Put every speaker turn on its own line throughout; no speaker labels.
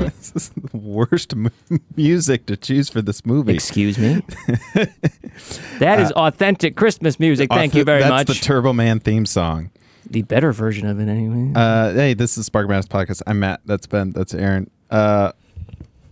This is the worst mu- music to choose for this movie.
Excuse me. that is authentic Christmas music. Thank you
Uh, Auth-
very
that's
much.
the Turbo Man theme song.
the better version of it, anyway.
Uh, hey, this is Spark Madness Podcast. I'm Matt. That's Ben. That's Aaron. Uh,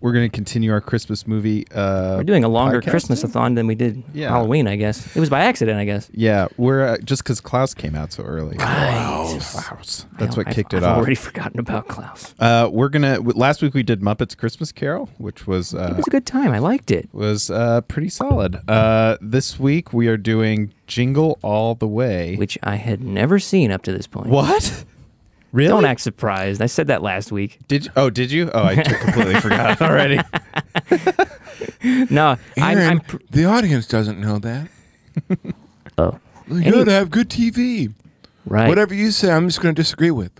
we're going to continue our Christmas movie. Uh,
We're doing a longer
podcast
Christmas
thing?
athon than we did
Yeah.
Halloween, I guess. It was by accident, I guess.
Yeah, we're uh, just because Klaus came out so early. Klaus. That's what
I've-
kicked it
I've
off.
already forgotten about Klaus.
Uh, we're gonna. w- Last week we did Muppets Christmas Carol, which was
It
uh,
was a good time. I liked it.
was uh, pretty solid. Uh, this week we are doing Jingle All the Way.
which I had never seen up to this point.
what? Really?
Don't act surprised. I said that last week.
Did you, oh did you? Oh, I t- completely forgot already.
No, I'm,
Aaron,
I'm pr-
the audience doesn't know that.
oh,
You
Any-
gotta have good TV.
right.
Whatever you say, I'm just gonna disagree with.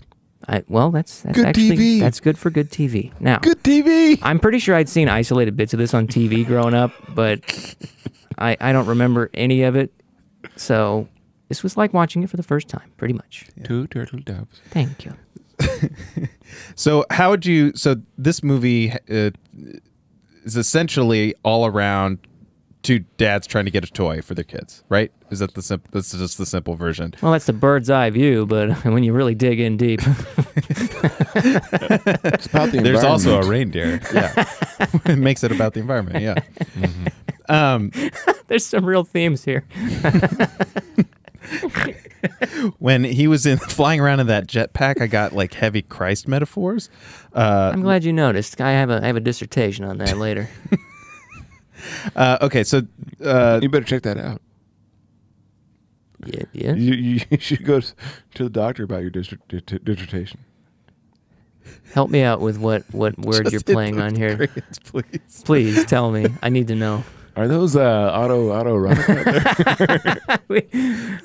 I, well, that's that's
Good
actually
TV.
that's good for good TV. Now,
Good TV.
I'm pretty sure I'd seen isolated bits of this on TV growing up, but I I don't remember any of it. So this was like watching it for the first time, pretty much.
Two turtle doves.
Thank you.
So how would you? So this movie uh, is essentially all around two dads trying to get a toy for their kids, right? Is that the sim- this is just the simple version?
Well, that's the bird's eye view, but when you really dig in deep,
It's about the
There's also a
environment.
reindeer. Yeah, it makes it about the environment. Yeah. Um,
there's some real themes here.
when he was in flying around in that jetpack, I got like heavy Christ metaphors. Uh,
I'm glad you noticed. I have a I have a dissertation on that later.
uh, okay, so uh,
You better check that out.
Yeah, yeah.
You, you you should go s- to the doctor about your dissert- dis- dissertation.
Help me out with what what word you're
just hit
playing
those
on here.
grades, please.
Please tell me. I need to know.
Are those uh, auto auto rock?
we,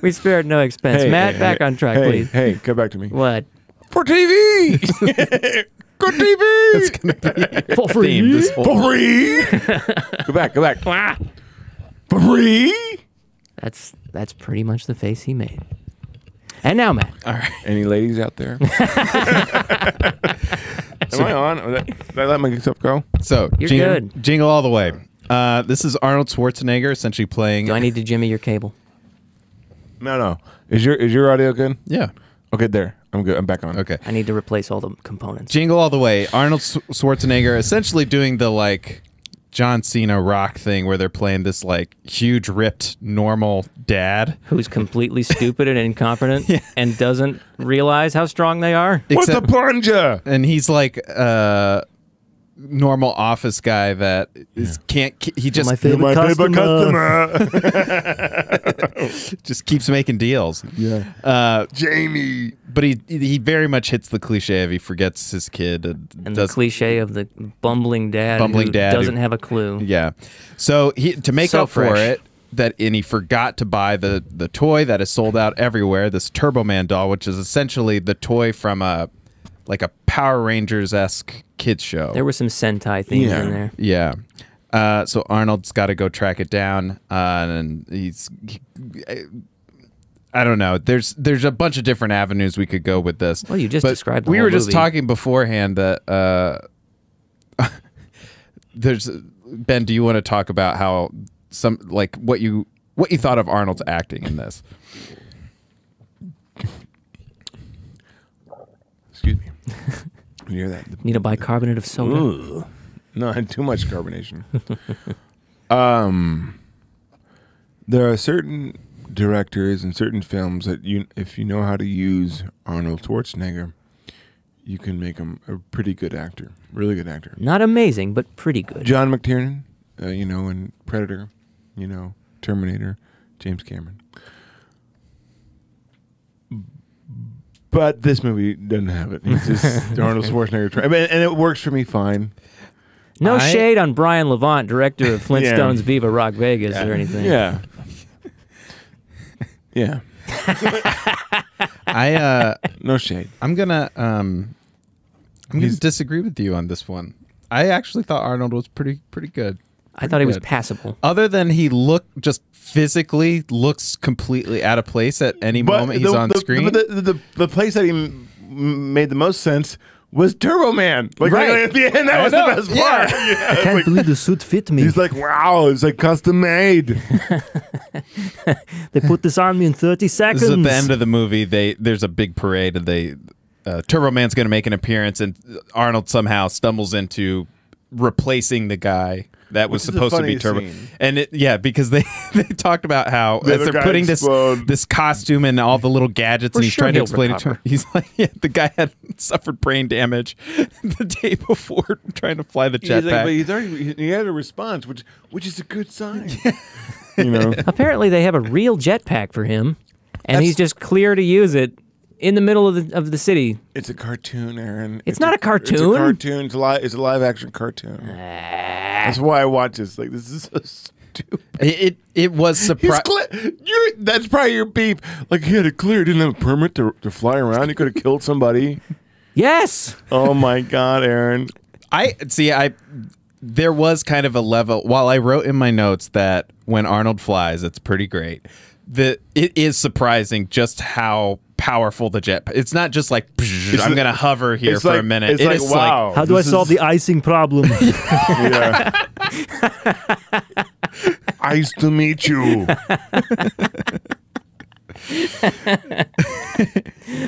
we spared no expense. Matt, back on track,
hey,
please.
Hey, come back to me.
What?
For TV. good
It's
TV.
gonna be your
For free?
theme this whole-
For free. go back. Go back. For free.
That's that's pretty much the face he made. And now, Matt.
Any ladies out there? Am I on? Was that- Did I let myself go?
So
You're
jingle,
good.
jingle all the way. Uh, this is Arnold Schwarzenegger essentially playing.
Do I need to jimmy your cable?
No, no. Is your is your audio good?
yeah.
Okay, there. I'm good. I'm back on.
Okay.
I need to replace all the components.
Jingle all the way. Arnold Sch- Schwarzenegger essentially doing the like John Cena rock thing where they're playing this like huge ripped normal dad.
Who's completely stupid and incompetent and doesn't realize how strong they are?
What's the
Except-
plunger?
and he's like uh normal office guy that is, can't he just
My favorite
My
customer.
favorite customer,
just keeps making deals.
Yeah.
Uh,
Jamie.
but he he very much hits the cliche of he forgets his kid and,
And the
does
cliche of the bumbling dad
Bumbling
who
dad who-
doesn't have a clue.
Yeah. So he to make
So
up for
fresh.
it that and he forgot to buy the the toy that is sold out everywhere, this Turbo Man doll, which is essentially the toy from a like a Power Rangers esque kids show.
There were some Sentai themes
Yeah.
in there.
yeah. Uh, so Arnold's got to go track it down, uh, and he's. I don't know. There's there's a bunch of different avenues we could go with this.
Well, you just
But
described the
We
whole
were just
movie.
talking beforehand that uh, there's Ben. Do you want to talk about how some like what you what you thought of Arnold's acting in this?
Excuse me. You hear that?
Need a bicarbonate of soda.
Ooh. No, I had too much carbonation. um, there are certain directors and certain films that you, if you know how to use Arnold Schwarzenegger, you can make him a pretty good actor, really good actor.
Not amazing, but pretty good.
John McTiernan, uh, you know, in Predator, you know, Terminator, James Cameron. But this movie doesn't have it. It's just Arnold Schwarzenegger, trying, and and it works for me fine.
No
I-
shade on Brian Levant, director of Flintstones Viva Rock Vegas or anything.
Yeah. yeah.
I uh,
No shade.
I'm gonna um, I'm gonna
He's-
disagree with you on this one. I actually thought Arnold was pretty pretty good.
I thought he was
good.
passable.
Other than he look just physically looks completely out of place at any moment he's
the,
on
the,
screen.
But the, the, the place that he m- m- made the most sense was Turbo Man. Like,
Right.
right. at the end, that
I
was
know,
the best
yeah.
part. Yeah, it's like-
believe the suit fit me.
he's like, wow, it's like custom made.
they put this on me in 30 seconds.
this is at the end of the movie. They there's a big parade and they uh, Turbo Man's gonna make an appearance and Arnold somehow stumbles into replacing the guy that was
Which is a
supposed to be
funny
Turbo.
scene.
And it, yeah, because they they talked about how
The
as
other
they're
guy
putting this
explode.
this costume and all the little gadgets
We're
and he's
sure
trying to
he'll
explain it to him.
recover.
He's like, yeah, the guy had suffered brain damage the day before trying to fly the
He's like,
jetpack.
but he's already, he- he had a response, which which is a good sign. You know,
Apparently, they have a real jetpack for him, and
That's-
he's just clear to use it in the middle of the, of the city.
it's a cartoon, Aaron. It's,
not a
It's
cartoon.
a cartoon. Ah. It's a, li- it's a live action cartoon. That's why I watch this. Like, this is so stupid.
it, it it was
He's
surprising.
cle- you're, that's probably your beep. Like he had a clear, didn't have a permit to, to fly around. He could have killed somebody.
Yes,
Oh my God, Aaron.
I see. I there was kind of a level. While I wrote in my notes that when Arnold flies, it's pretty great. The it is surprising just how powerful the jet. It's not just like "Psh, I'm
like-
gonna hover here
it's
for a
like-
minute.
it's
It
like,
is
wow.
How do
This
I solve
is-
the icing problem?
Yeah. nice to meet you.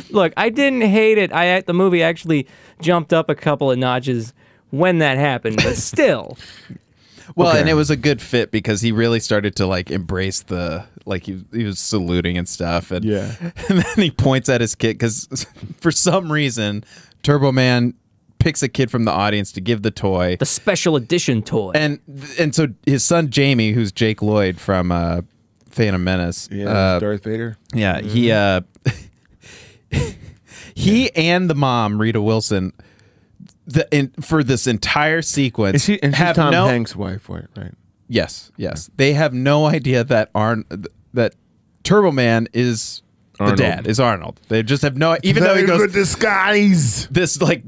look, I didn't hate it. I the movie actually jumped up a couple of notches when that happened, but still,
Well, and it was a good fit because he really started to like embrace the like he, he was saluting and stuff, and
Yeah.
and then he points at his kid because for some reason Turbo Man picks a kid from the audience to give the toy.
the special edition toy.
and and so his son Jamie, who's Jake Lloyd from uh, Phantom Menace,
Yeah, Mm-hmm.
uh,
Darth Vader.
yeah, he uh, he and the mom Rita Wilson, the in, for this entire sequence,
Is she and she's
have
Tom
no
Hanks' wife, right? right?
yes, yes, they have no idea that Arn that Turbo Man is
Arnold.
the dad is Arnold. They just have no even though he
Very
goes
good disguise.
this like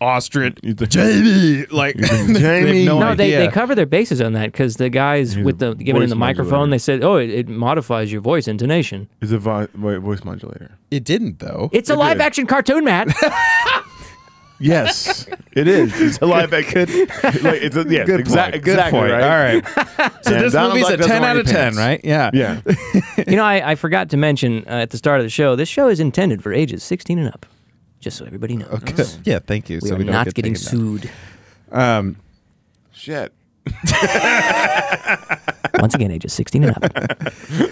ostrich
He's the-
Jamie like they have
Jamie.
no,
no, they,
idea.
they cover their bases on that because the guys with the giving him
voice
the microphone,
modulator.
they said, "Oh, it, it modifies your voice intonation."
Is a vo- vo- voice modulator.
it didn't though.
It's a
did.
live action cartoon, Matt.
Yes, it is. It's a live action. like, it's a, yeah,
Good
exa-
point. Good
exactly.
point.
Right?
All right. So
Yeah,
this
Donald
movie's
Duck
a
doesn't
10
wear
out
any
of 10,
pants.
right? Yeah.
Yeah.
you know, I, I forgot to mention uh, at the start of the show, this show is intended for ages 16 and up, just so everybody knows.
Okay. Yeah, thank you.
We
so
are
we don't
not
get
getting
taken down.
sued.
Um,
Shit.
Once again, ages 16 and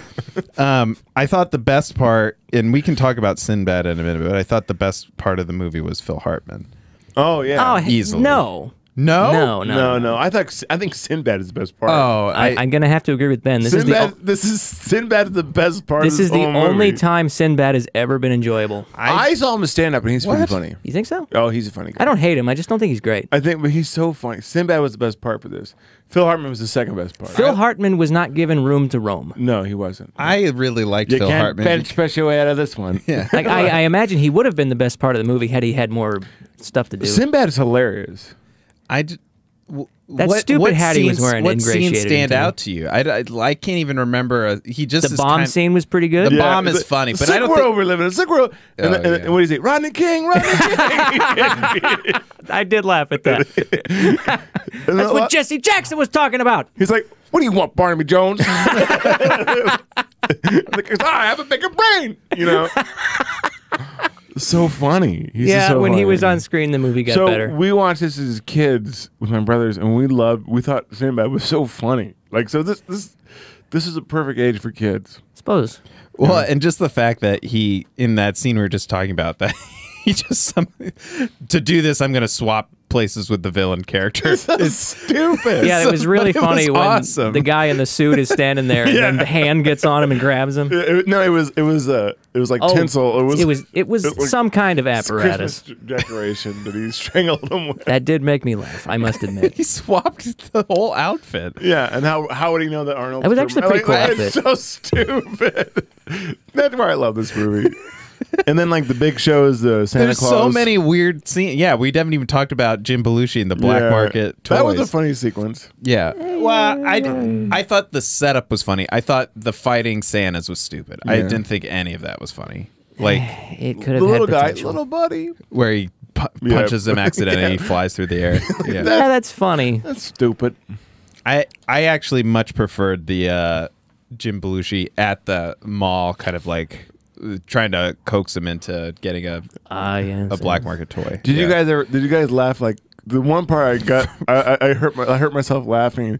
up.
um, I thought the best part, and we can talk about Sinbad in a minute, but I thought the best part of the movie was Phil Hartman.
Oh yeah.
Oh, he-
Easily. Oh,
no.
No?
No, no.
no, no. I thought I think Sinbad is the best part.
Oh, I,
I, I, am going to have to agree with Ben. This
Sinbad,
is the,
this is Sinbad is the best part.
this
of
is the
whole movie.
only time Sinbad has ever been enjoyable.
I, saw him stand up, and he's
What?
pretty funny.
You think so?
Oh, he's a funny guy.
I don't hate him. I just don't think he's great.
I think, but he's so funny. Sinbad was the best part for this. Phil Hartman was the second best part.
Phil Hartman was not given room to roam.
no, he wasn't.
I really liked
you
Phil
can't
Hartman.
bench press your way out of this one.
Yeah.
Like I, I imagine he would have been the best part of the movie had he had more stuff to do.
Sinbad is hilarious.
I d- w-
That
what,
stupid
what
hat he
scenes,
was wearing
What scenes
ingratiated him
stand
to me.
out to you? I, I, I can't even remember. A, he just
the
is
bomb
kind-
scene was pretty good.
The Yeah. bomb is funny, but
sick
I don't
world
think-
we're living in. Sick world. And,
Oh,
and,
yeah.
and what do you say? Rodney King. Rodney King.
I did laugh at that.
And
That's
a
what
lot-
Jesse Jackson was talking about.
he's like, "What do you want, Barnaby Jones?" like, "Ah, I have a bigger brain. You know. so funny. He's just
yeah,
so
when he
funny.
was on screen, the movie got
so
better.
we watched this as kids with my brothers, and we loved. We thought Sinbad was so funny. Like so, this this this is a perfect age for kids.
suppose.
Well, and just the fact that he in that scene we were just talking about that he just some to do this, I'm gonna swap places with the villain character.
It's stupid.
Yeah, it was
But
really
it was
funny when
awesome.
the guy in the suit is standing there and then the hand gets on him and grabs him.
It- it- no, it was it was uh, It was like
Oh,
tinsel. It was
it was it was
it was-
some kind of
it's
apparatus.
Christmas decoration that he strangled him with.
That did make me laugh. I must admit.
He swapped the whole outfit.
Yeah, and how how would he know that Arnold?
That was actually a pretty cool
It's so stupid. That's why I love this movie. and then like the big show is the Santa
There's
Claus.
so many weird scenes. Yeah, we haven't even talked about Jim Belushi and the black
Yeah.
market toys.
That was a funny sequence.
yeah. Well, I, d- I thought the setup was funny. I thought the fighting Santas was stupid. I
Yeah.
didn't think any of that was funny. Like
It could
The
have had
little guy,
potential.
little buddy.
where he pu-
Yeah.
punches him accidentally, he flies through the air. Yeah.
yeah, that's funny.
That's stupid.
I I actually much preferred the uh, Jim Belushi at the mall, kind of like uh, trying to coax him into getting a
Ah, yes.
a black market toy.
Did you
Yeah.
guys ever? Did you guys laugh? Like the one part I got, I, I, I hurt, my, I hurt myself laughing,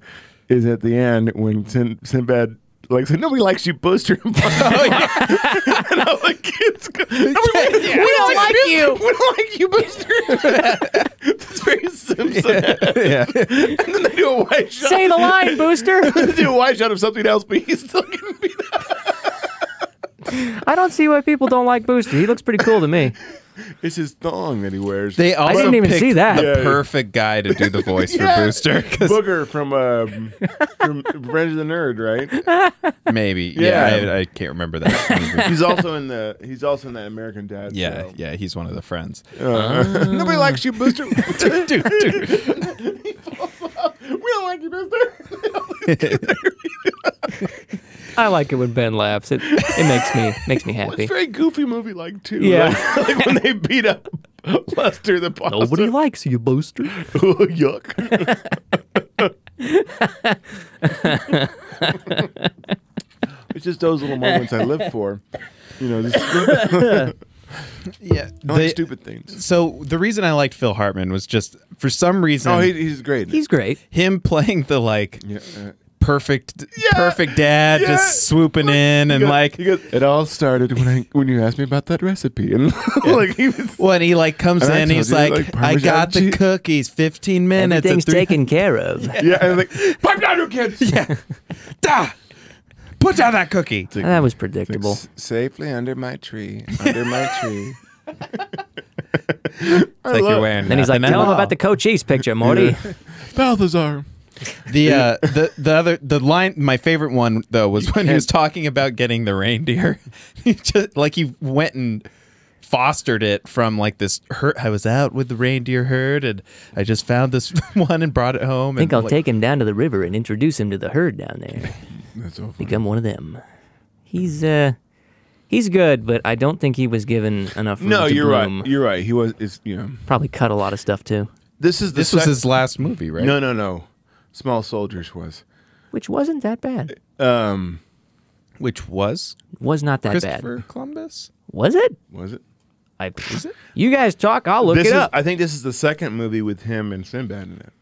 is at the end when Sin, Sinbad like said, "Nobody likes you, Booster." and
Oh,
all the kids go, "Nobody likes-
Yeah.
we
We don't like you."
don't We don't like you, Booster. It's very Simpson.
yeah.
And then they do a wide shot.
Say the line, Booster.
they do a wide shot of something else, but he's still gonna be there.
I don't see why people don't like Booster. He looks pretty cool to me.
It's his thong that he wears.
They also
didn't even
picked
see that.
the
Yeah.
perfect guy to do the voice
Yeah.
for Booster 'cause
Booger from um, from Revenge of the Nerd, right?
maybe yeah,
Yeah.
I, I can't remember that. movie.
he's also in the he's also in that American Dad.
yeah,
show.
yeah, he's one of the friends.
Uh, Nobody likes you, Booster. we
Dude, dude, dude.
don't like you, Booster.
I like it when Ben laughs. It it makes me makes me
It's a
happy.
very goofy movie, like too.
Yeah.
like, like when they beat up Lester the Pasta.
Nobody likes you, Booster.
oh, yuck. it's just those little moments I live for. You know, just
Yeah,
like
they-
stupid things.
So the reason I liked Phil Hartman was just for some reason
Oh, he, he's great.
He's great.
him playing the like
yeah, uh,
perfect
Yeah.
perfect dad
Yeah.
just swooping in and
He goes-
like
he goes, it all started when I when you asked me about that recipe and like he was
when he like comes
And I
in
told
he's
you,
like,
like,
i got
Parmesan
the
cheese."
cookies 15 minutes at
Everything's
three-
taken care of.
yeah and like pipe down your kids
yeah da! put down that cookie
That was predictable.
S- safely under my tree under my tree
it's like you're wearing
Then he's like,
nothing
tell
at
him about
all."
the Cochise picture, Morty.
Balthazar
the uh, the the other the line my favorite one though was when he was
can't-
talking about getting the reindeer he just like he went and fostered it from like this hurt i was out with the reindeer herd and i just found this one and brought it home
I think
and
I'll
like,
take him down to the river and introduce him to the herd down there.
that's awful
Become one of them. He's uh he's good, but I don't think he was given enough room
no
to
you're
bloom.
right you're right he was it's you know
Probably cut a lot of stuff too,
this is the
this was
sec-
his last movie right
no no no small soldiers was
which wasn't that bad.
um
which was
Was not that bad.
Christopher Columbus.
Was it?
was it
I You guys talk, I'll look
this
it
is,
up.
I think this is the second movie with him and Sinbad in it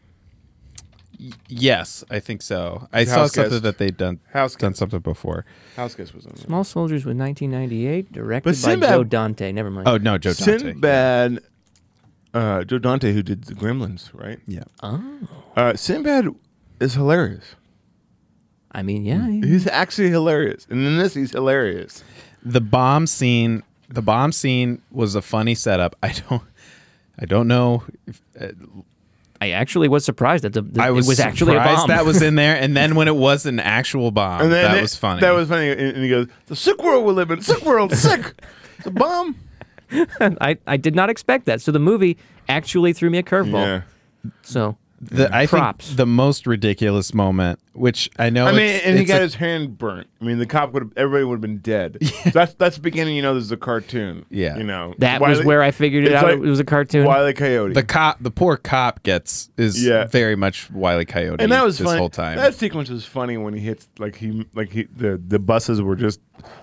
Yes, I think so. I
His
saw
house
something
guest.
that they'd done
House
done
guest.
something before.
House Guest was on it
Small Soldiers was 1998, directed
But
by
Sinbad-
Joe Dante. Never mind.
Oh no, Joe Dante.
Sinbad, uh, Joe Dante, who did the Gremlins, right?
Yeah.
Uh, Sinbad is hilarious.
I mean, yeah. he-
He's actually hilarious, and in this, he's hilarious.
The bomb scene. The bomb scene was a funny setup. I don't. I don't know. If,
I actually was surprised that the, the
I was,
it was actually a
surprised
bomb.
that was in there, and then when it was an actual bomb,
And then
that
it-
was funny.
That was funny. And, and he goes, "The sick world we live in. Sick world. Sick. The bomb."
I, I did not expect that. So the movie actually threw me a curveball.
Yeah.
So
the, I
Props.
think the most ridiculous moment, which I know.
I mean,
it's-
and he
it's
got
a-
his hand burnt. I mean, the cop would have. Everybody would have been dead. That's that's the beginning. You know, this is a cartoon.
Yeah.
You know
that
Wile
was
E-
where I figured it
it's
out.
like
it was a cartoon.
Wile E. Coyote.
the cop, the poor cop, gets is
Yeah.
very much Wiley Coyote.
and that was
this
funny.
whole time.
That sequence was funny when he hits like he like he the the buses were just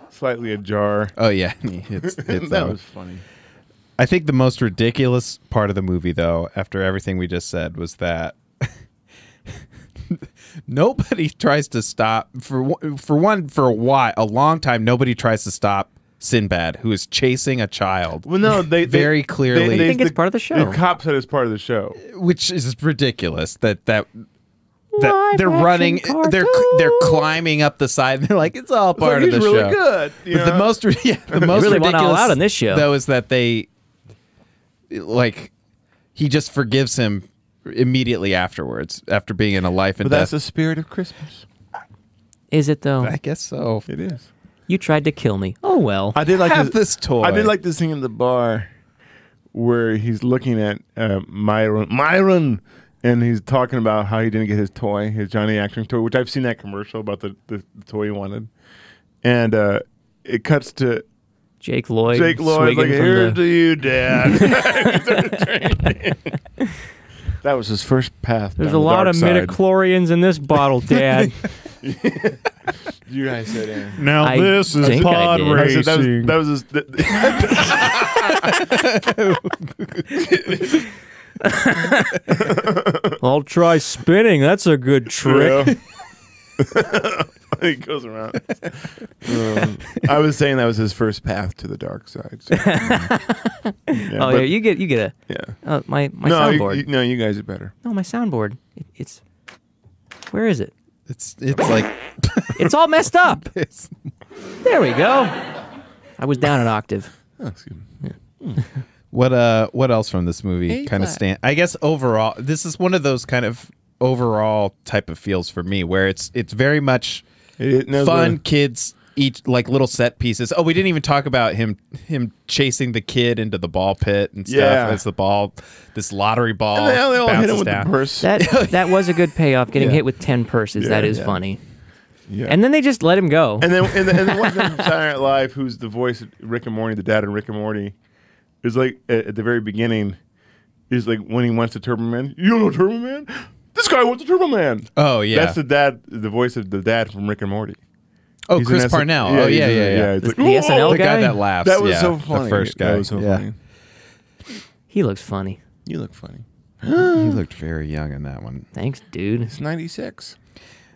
slightly ajar.
oh yeah, he hits- hits
that,
that one.
was funny.
I think the most ridiculous part of the movie, though, after everything we just said, was that nobody tries to stop for one- for one for a while, a long time. Nobody tries to stop Sinbad, who is chasing a child,
Well, no, they they-
Very
they-
clearly. I
think it's part of the show.
The cop said it's part of the show.
which is ridiculous. That that that they're
Live-action
running, they're they're
cartoon.
climbing up the side. And they're like, it's all part
He's
of the
really
show.
good. you
But the
know?
most, yeah, the most
really went all
ridiculous
out on this show.
though is that they, like, he just forgives him immediately afterwards after being in a life and
But that's
death.
the spirit of Christmas.
Is it though?
I guess so.
It is.
You tried to kill me. Oh well.
I did like
Have this toy.
I did like this thing in the bar where he's looking at uh, Myron. Myron. And he's talking about how he didn't get his toy, his Johnny Action toy, which I've seen that commercial about the, the, the toy he wanted. And uh, it cuts to
Jake Lloyd.
Jake Lloyd,
swigging
like,
from
here
the-
to you, Dad. that was his first path.
There's a
down the
lot
dark
of
side.
midichlorians in this bottle, Dad.
You guys said in.
Now
I
this is
think I
pod
did.
I said that was,
racing.
that was his, th-
I'll try spinning. That's a good trick.
it goes around. Um, I was saying that was his first path to the dark side. so, yeah,
oh yeah,
but-
you get you get a
yeah.
uh, my my
no, you-
soundboard.
you- no, you guys are better.
no, my soundboard. It, it's where is it?
it's it's like
It's all messed up.
it's,
There we go. I was down an octave.
Oh, excuse me.
what uh what else from this movie kind of stand? I guess overall, this is one of those kind of overall type of feels for me where it's it's very much
It- it knows
fun
where-
kids each like little set pieces. Oh, we didn't even talk about him him chasing the kid into the ball pit and stuff
Yeah.
as the ball this lottery ball
And they, they all hit
bounces
him with
down.
the purse.
That that was a good payoff. Getting
Yeah.
hit with ten purses.
Yeah,
that is
yeah.
funny.
yeah.
And then they just let him go.
And then and, the, and the one thing from Saturday Night Live, who's the voice of Rick and Morty, the dad in Rick and Morty, is like at, at the very beginning, is like when he wants the Turbo Man. You don't know Turbo Man? This guy wants the Turbo Man.
Oh yeah.
That's the dad, the voice of the dad from Rick and Morty.
oh,
He's
Chris
an S-
Parnell. oh yeah,
he's
yeah,
an-
yeah.
it's
The-
like,
the
"Whoa!"
SNL
The guy
guy?
that laughs.
That was
yeah,
so funny.
The first guy.
That was so
yeah.
funny.
he looks funny.
You look funny.
He looked very young in that one.
Thanks, dude.
It's ninety six.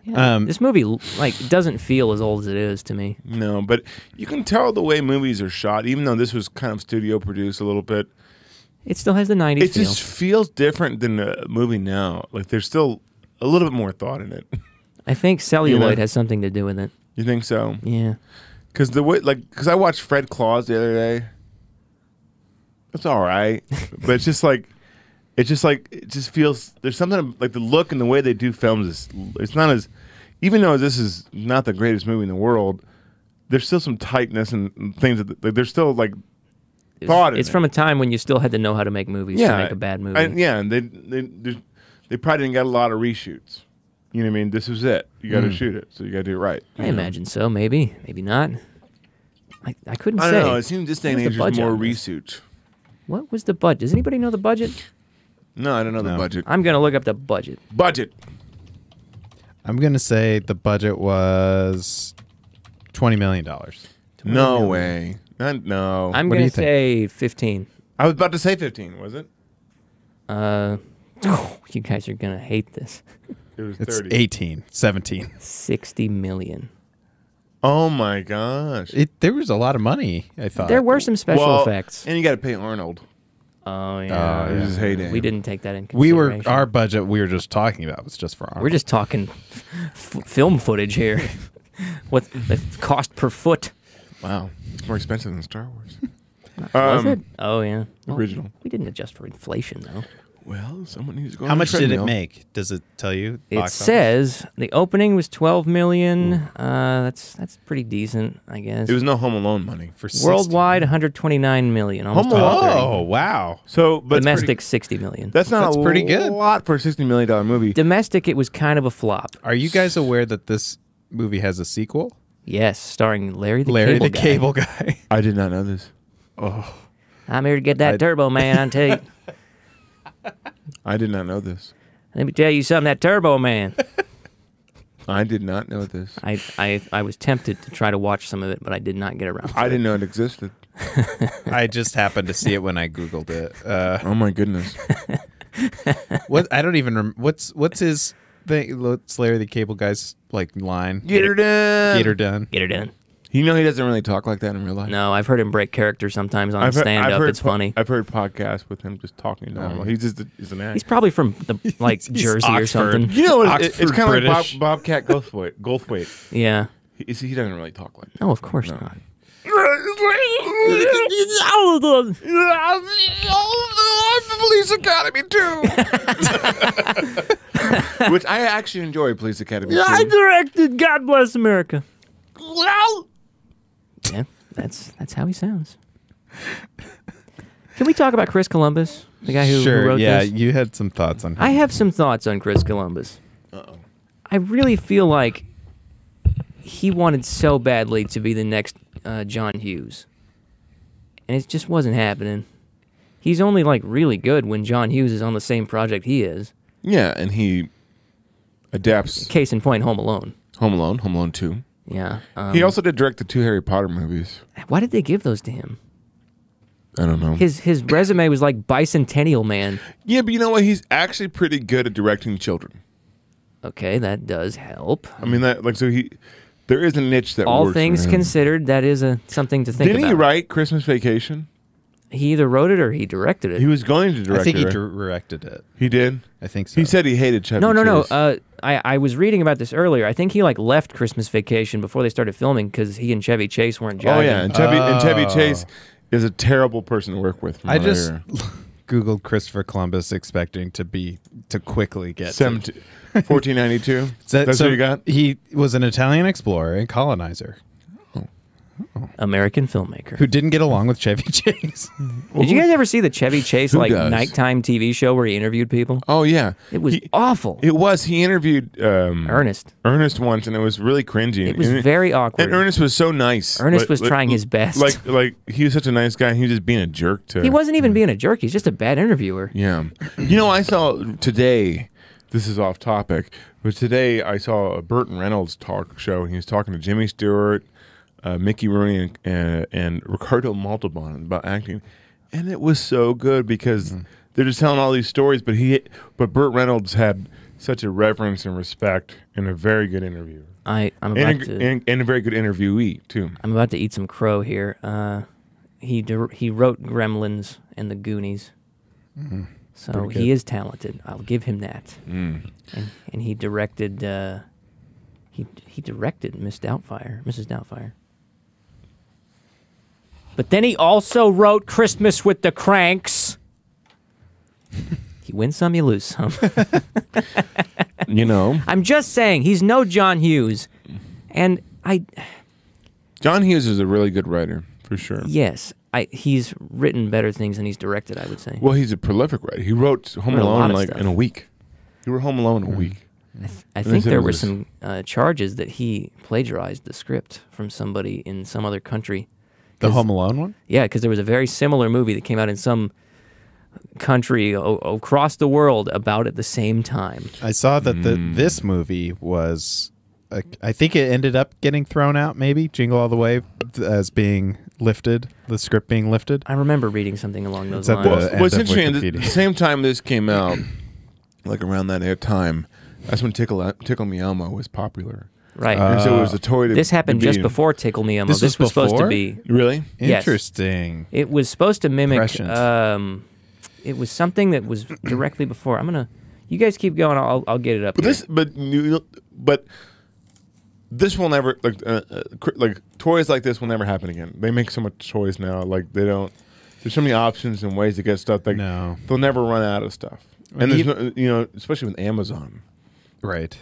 Yeah.
Um,
this movie like doesn't feel as old as it is to me.
No, but you can tell the way movies are shot, even though this was kind of studio produced a little bit.
It still has the '90s
It
feel.
just feels different than a movie now. Like there's still a little bit more thought in it.
I think celluloid
you know?
has something to do with it.
You think so?
Yeah.
Because the way, like, because I watched Fred Claus the other day. It's all right, but it's just like, it's just like it just feels. There's something like the look and the way they do films is. It's not as, even though this is not the greatest movie in the world, there's still some tightness and and things that like, there's still like
It's,
Thought in
it's
it.
from a time when you still had to know how to make movies
yeah
to make a bad movie.
I- yeah, and they they there's- they probably didn't get a lot of reshoots. You know what I mean? This was it. You
Hmm.
got to shoot it, so you got to do it right.
I imagine so. Maybe, maybe not. I, I couldn't say.
I don't know. It seems this day and
What's the
age there's
budget
more
on this?
reshoots.
What was the budget? Does anybody know the budget?
No, I don't know the
No.
budget.
I'm gonna look up the Uh, budget.
Budget.
I'm gonna say the budget was twenty million dollars.
No way. Not, no. i
I'm
What do
gonna
you think?
say 15.
was about to say 15, was it?
Uh, you guys are gonna hate this.
It was
It's
30.
18, 17.
60 million.
Oh my gosh.
It there was a lot of money. I thought
There were some special
Well,
effects.
And you got to pay Arnold.
Oh yeah.
yeah.
It was his heyday.
We didn't take that in
We
consideration.
were our budget. We were just talking about was just for Arnold.
We're just talking f- film footage here. what the cost per foot?
Wow. It's more expensive than Star Wars.
was
Um,
it? Oh yeah. Well,
original.
We didn't adjust for inflation though.
Well, someone needs to go
How
on a
much did it
treadmill.
make? Does it tell you?
It
Box office?
says the opening was 12 million. Uh, that's that's pretty decent, I guess.
Hmm. It was no Home Alone money.
for 16.
worldwide 129 million. Almost
Home
all
Alone.
thirty.
Oh wow!
So, but it's pretty-
Domestic 60 million.
that's not
That's
a
pretty good.
lot for a $60 million movie.
Domestic, it was kind of a flop.
Are you guys aware that this movie has a sequel?
Yes, starring Larry the
Larry
Cable
the
Guy.
Cable Guy.
I did not know this.
I'm here to get that
I-
Turbo Man. I tell you,
I did not know this.
let me tell you something. That Turbo Man.
I did not know this.
I, I I was tempted to try to watch some of it, but I did not get around. to
I
it.
didn't know it existed.
I just happened to see it when I googled it. Uh,
Oh my goodness.
what I don't even rem- what's what's his thing? What's Larry the Cable Guy's like line?
Get her done.
Get her done.
Get her done.
You know he doesn't really talk like that in real life.
No, I've heard him break character sometimes on
I've heard-
stand
I've
up.
heard
It's
po-
funny. Mm.
I've heard podcasts with him just talking normal. He's just a, he's an actor.
He's probably from the like
He's
Jersey or
Oxford.
something.
you know, what it-
Oxford
it's kind of like
British.
Bob, Bobcat Goldthwait. Goldthwait.
Yeah.
He, you see, he doesn't really talk like that.
No, of course not.
Police Academy too, which I actually enjoy. Police Academy.
I
too.
directed God Bless America. Yeah, that's that's how he sounds. Can we talk about Chris Columbus, the guy who, who
sure.
wrote
yeah,
this?
you had some thoughts on. Him.
I have some thoughts on Chris Columbus. I really feel like he wanted so badly to be the next uh, John Hughes, and it just wasn't happening. He's only like really good when John Hughes is on the same project he is.
Yeah, and he adapts
Case in point, Home Alone.
Home Alone, Home Alone Two.
Yeah. Um,
He also did direct the two Harry Potter movies.
why did they give those to him?
I don't know.
His his resume was like bicentennial man.
yeah, but you know what? He's actually pretty good at directing children.
Okay, that does help.
I mean, that like so he there is a niche that
All
works for
things
him.
considered, that is a something to think
Didn't
about.
he write Christmas Vacation?
He either wrote it or he directed it.
He was going to direct.
I think
it,
he
right?
directed it.
He did.
I think so.
He said he hated Chevy.
no, no, no. Uh, I I was reading about this earlier. I think he like left Christmas Vacation before they started filming because he and Chevy Chase weren't jiving.
oh yeah, and Chevy and Chevy
Oh.
Chase is a terrible person to work with. from
I
what
just
hear.
googled Christopher Columbus, expecting to be to quickly get to-
17 1492.
So-
That's
so
what you got.
He was an Italian explorer and colonizer
American filmmaker.
who didn't get along with Chevy Chase.
Did you guys ever see the Chevy Chase
who
like
does?
nighttime TV show where he interviewed people?
Oh yeah,
It was
He,
awful.
it was. He interviewed um,
Ernest.
Ernest once, and it was really cringy.
It was
and,
very awkward.
And Ernest was so nice.
Ernest
Like-
was
like-
trying his best.
Like like he was such a nice guy. and He was just being a jerk to.
he wasn't even being a jerk. He's just a bad interviewer.
Yeah. You know, I saw today, this is off topic, but today I saw a Burton Reynolds talk show, and he was talking to Jimmy Stewart, uh, Mickey Rooney, and, uh, and Ricardo Montalban about acting. And it was so good because they're just telling all these stories, but he, but Burt Reynolds had such a reverence and respect and a very good interviewer.
I I'm about
And, a,
to.
and, and a very good interviewee, too.
I'm about to eat some crow here. Uh, he dir- he wrote Gremlins and The Goonies, so he is talented. I'll give him that. And, and he directed uh, he he directed Miss Doubtfire, Mrs. Doubtfire. But then he also wrote Christmas with the Cranks. you win some, you lose some.
You know,
I'm just saying he's no John Hughes, and I
John Hughes is a really good writer, for sure.
Yes, I, he's written better things than he's directed. I would say.
Well, he's a prolific writer. He wrote Home
Wrote a lot
Alone
of
like
stuff.
in a week. Mm-hmm. He wrote Home Alone in a week.
I, th- I think
said it
there were
was-
some uh, charges that he plagiarized the script from somebody in some other country.
the Home Alone one.
Yeah, because there was a very similar movie that came out in some country o- o- across the world about at the same time.
I saw that the
Hmm.
this movie was. uh, I think it ended up getting thrown out, maybe Jingle All the Way, as being lifted, the script being lifted.
I remember reading something along those
It's at
lines.
the-
Well,
end
what's
of
interesting, at the
Wikipedia.
same time this came out, like around that air time, that's when Tickle, Tickle Me Elmo was popular.
right.
and so it was a toy to
Uh, this happened
to
just
be-
before Tickle Me Elmo.
uh, This
This,
was
was, supposed
before?
to be.
Really?
Yes.
Interesting.
It was supposed to mimic.
Prescient.
Um, it was something that was directly before. I'm gonna. You guys keep going. I'll I'll get it up.
But
here.
this, but you- but this will never like uh, uh, cr- like toys like this will never happen again. They make so much toys now. Like they don't. There's so many options and ways to get stuff. Like
No.
they'll never run out of stuff. And there's
you-
no, uh, you know, especially with Amazon.
Right.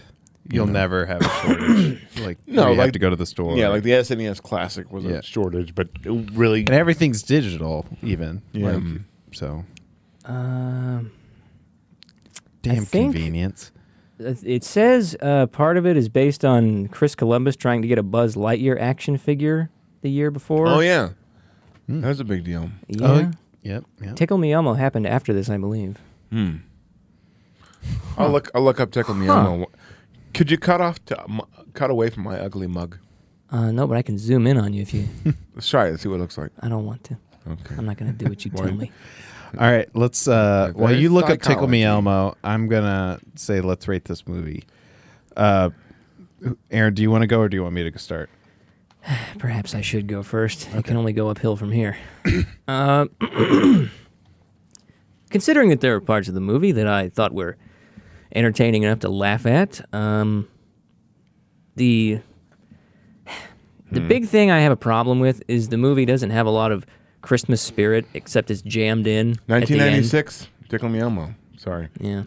You'll never have a shortage. like
No,
no, you
like-
have to go to the store.
Yeah, like the SNES Classic was
Yeah.
a shortage, but it really
and everything's digital, even.
Yeah. Hmm.
Like, so
Um,
damn
think-
convenience.
it says uh, part of it is based on Chris Columbus trying to get a Buzz Lightyear action figure the year before.
Oh yeah, that was a big deal.
Yeah.
Oh, yep. yep.
Tickle Me Elmo happened after this, I believe.
I'll look. I'll look up Tickle Me Elmo. Could you cut off, to, m- cut away from my ugly mug?
Uh, no, but I can zoom in on you if you.
Let's try it. and See what it looks like.
I don't want to.
Okay.
I'm not going to do what you tell
Why?
me.
All right, let's. Uh, while
there's
you look up "Tickle
psychology.
Me Elmo," I'm gonna say let's rate this movie. Uh, Aaron, do you want to go or do you want me to start?
Perhaps I should go first. I can only go uphill from here. uh, considering that there are parts of the movie that I thought were entertaining enough to laugh at, um, the the
Hmm.
big thing I have a problem with is the movie doesn't have a lot of Christmas spirit, except it's jammed in. at the end.
1996, Tickle Me Elmo. Sorry,
Yeah.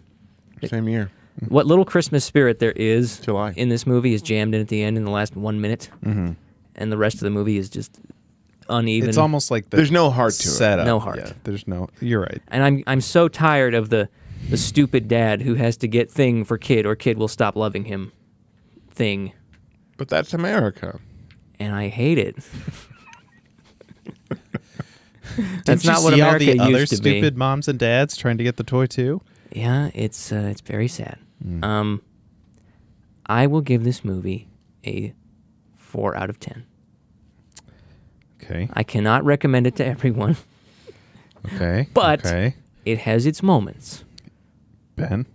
same year.
Hmm.
what little Christmas spirit there is
July.
in this movie is jammed in at the end in the last one minute, mm-hmm. and the rest of the movie is just uneven.
It's almost like the
There's no heart to it.
setup.
No heart.
Yeah, there's no. You're right.
and I'm I'm so tired of the the stupid dad who has to get thing for kid or kid will stop loving him thing,
But that's America.
and I hate it.
Didn't
That's
you
not what
see
America
all the
used
other
to be.
stupid moms and dads trying to get the toy too.
Yeah, it's uh, it's very sad.
Mm.
Um, I will give this movie a four out of ten.
Okay.
I cannot recommend it to everyone.
Okay.
But-
okay,
It has its moments.
Ben.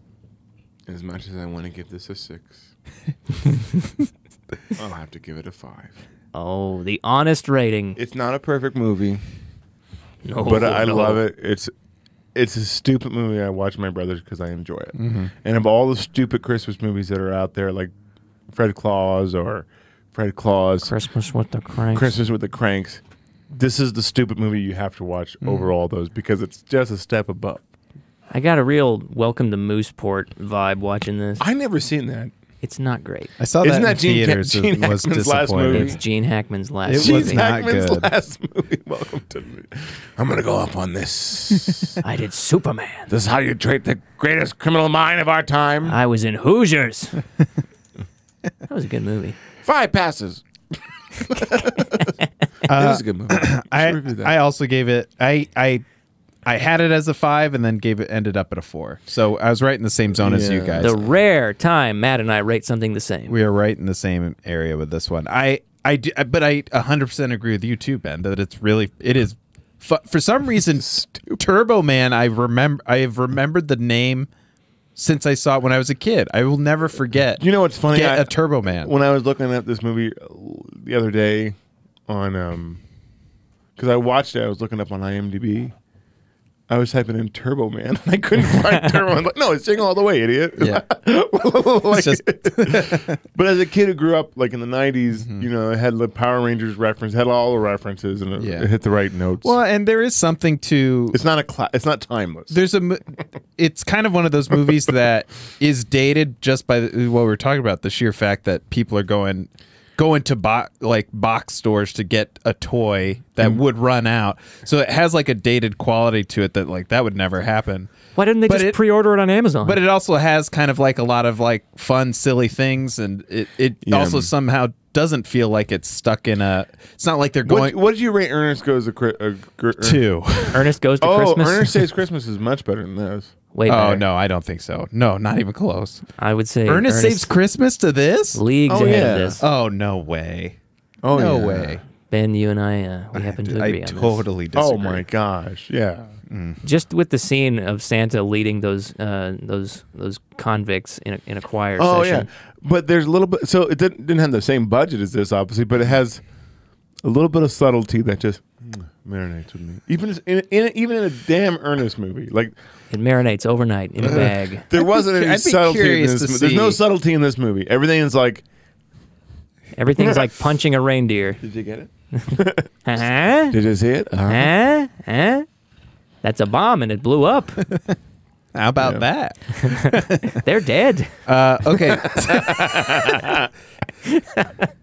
As much as I want to give this a six, I'll have to give it a five.
Oh, the honest rating.
It's not a perfect movie,
No,
but I
no.
love it. It's it's a stupid movie. I watch with my brothers because I enjoy it. And of all the stupid Christmas movies that are out there, like Fred Claus or Fred Claus,
Christmas with the Cranks.
Christmas with the Cranks, this is the stupid movie you have to watch over all those because it's just a step above.
I got a real Welcome to Mooseport vibe watching this.
I never seen that.
It's not great.
I saw
Isn't
that in
that Gene Hack-
theaters.
Gene
and was
Hackman's last
disappointed.
movie?
It's Gene Hackman's
It
last
was
movie.
Gene
not
Hackman's
good.
last movie. Welcome to the movie. I'm gonna go up on this.
I did Superman.
this is how you treat the greatest criminal mind of our time.
I was in Hoosiers. that was a good movie.
Five passes. it was a good movie.
Uh, I, I also gave it I I I had it as a five and then gave it ended up at a four. So I was right in the same zone as you
Yeah.
guys.
The rare time Matt and I rate something the same.
we are right in the same area with this one. I I do, but I 100% agree with you too, Ben. That it's really it is fu- for some reason Turbo Man. I remember I have remembered the name since I saw it when I was a kid. I will never forget.
you know what's funny?
get
I-
a Turbo Man.
when I was looking at this movie uh, the other day on um because I watched it, I was looking up on IMDb. I was typing in Turbo Man. I couldn't find Turbo. Man. Like, no, it's Jingle All the Way, idiot.
Yeah.
Like-
just-
but as a kid who grew up like in the '90s,
Mm-hmm.
you know, it had the Power Rangers reference, had all the references, and it,
Yeah.
it hit the right notes.
Well, and there is something to
it's not a cla- it's not timeless.
there's a mo- it's kind of one of those movies that is dated just by the, what we were talking about the sheer fact that people are going going to bo- like box stores to get a toy that
Mm-hmm.
would run out so it has like a dated quality to it that like that would never happen
Why didn't they
But
just
it-
pre-order it on Amazon?
but it also has kind of like a lot of like fun silly things and it, it
Yeah.
also somehow doesn't feel like it's stuck in a it's not like they're
what,
going
what did you rate Ernest Goes to Chri- uh, Gr-
to
Ernest goes to
Oh,
Christmas.
Ernest Saves Christmas is much better than this.
Way
oh
better.
no i don't think so no not even close
I would say
ernest saves christmas to this
leagues
Oh,
ahead
yeah.
of this.
Oh no way!
Oh,
no
yeah.
way!
Ben, you and I, uh, we happen to
I
agree on this.
totally disagree. Uh,
Oh my gosh! Yeah,
just with the scene of Santa leading those uh, those those convicts in a, in a choir
Oh
session.
yeah, but there's a little bit. So it didn't, didn't have the same budget as this, obviously, but it has a little bit of subtlety that just mm, marinates with me. Even in, in even in a damn earnest movie, like
It marinates overnight in a bag.
there wasn't any
I'd be
subtlety in
curious
this.
to
mo- There's no
see-
subtlety in this movie. Everything is like,
Everything's like punching a reindeer.
did you get it?
Huh?
Did you see it?
Eh.
Uh-huh.
Huh? Huh? That's a bomb and it blew up.
How about that?
They're dead.
Uh, okay,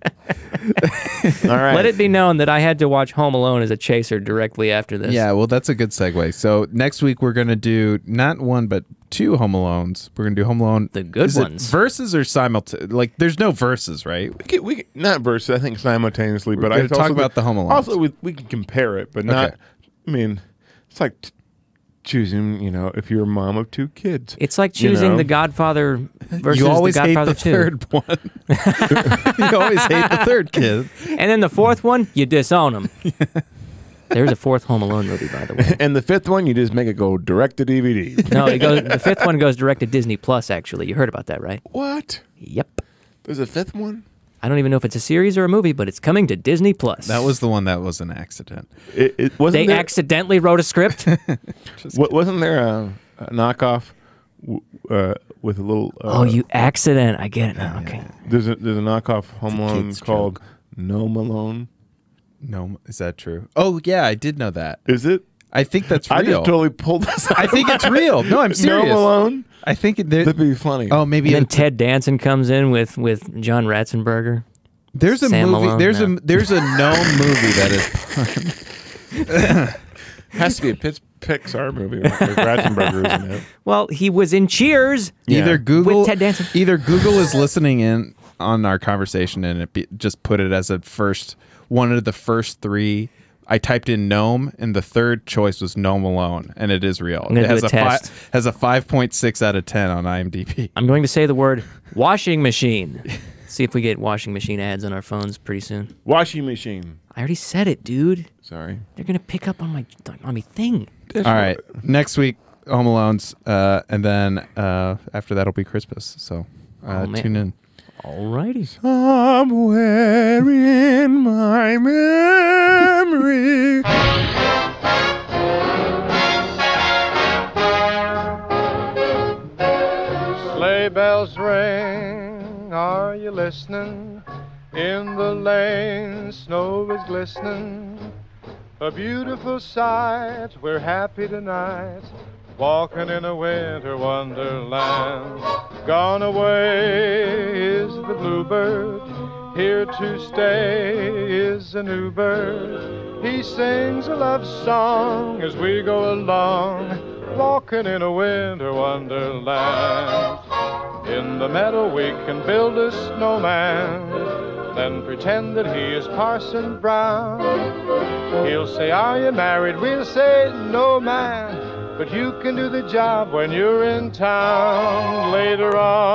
All right.
Let it be known that I had to watch Home Alone as a chaser directly after this.
yeah. Well, that's a good segue. So next week we're gonna do not one but two Home Alones. We're gonna do Home Alone.
The good
Is it
ones.
verses or simultaneous? Like, there's no verses, right?
We can, we can, not verse. I think simultaneously, but I
gonna talk
also-
about the Home Alone.
Also, we, we can compare it, but not.
Okay.
I mean, it's like t- choosing. You know, if you're a mom of two kids,
It's like
You
choosing
know.
The Godfather versus
you always
The
hate
Godfather
the
2.
third one. you always hate the third kid.
And then the fourth one, you disown him. There's a fourth Home Alone movie, by the way.
And the fifth one, you just make it go direct to DVD.
No, it goes, the fifth one goes direct to Disney Plus, actually. You heard about that, right?
what?
Yep.
There's a fifth one?
I don't even know if it's a series or a movie, but it's coming to Disney Plus.
That was the one that was an accident.
It, it wasn't
they
there,
accidentally wrote a script.
wa- wasn't there a, a knockoff w- uh, with a little? Uh,
oh, you accident! I get it now. Okay.
There's a, there's a knockoff Home
a
Alone
kid's
called No Malone.
No, is that true? Oh yeah, I did know that.
Is it?
I think that's real.
I just totally pulled this. Out
I think it's real. No, I'm serious.
No Malone.
I think it, there,
That'd be funny.
Oh, maybe
And then
it,
Ted Danson comes in with with John Ratzenberger.
there's a
Sam
movie.
Malone,
there's
no.
a there's a known movie that is.
has to be a Pitts Pixar movie. Right? Like Ratzenberger is in it.
Well, he was in Cheers.
Yeah.
Either Google
With Ted Danson.
Either Google is listening in on our conversation and it be, just put it as a first one of the first three. I typed in gnome and the third choice was gnome alone and it is real.
gonna
It
do
has
a
a, fi-
test.
has a five point six out of ten on IMDb.
I'm going to say the word washing machine. See if we get washing machine ads on our phones pretty soon.
Washing machine.
I already said it, dude.
Sorry.
They're gonna pick up on my on my thing.
All right, next week Home Alone's uh, and then uh, after that'll be Christmas. So uh,
Oh, man.
tune in.
Alrighty.
Somewhere in my memory.
Sleigh bells ring, are you listening? In the lane, snow is glistening. A beautiful sight, we're happy tonight. Walking in a winter wonderland. Gone away is the bluebird. Here to stay is a new bird. He sings a love song as we go along, walking in a winter wonderland. In the meadow we can build a snowman, then pretend that he is Parson Brown. He'll say, Are you married? We'll say, No, man. But you can do the job when you're in town later on.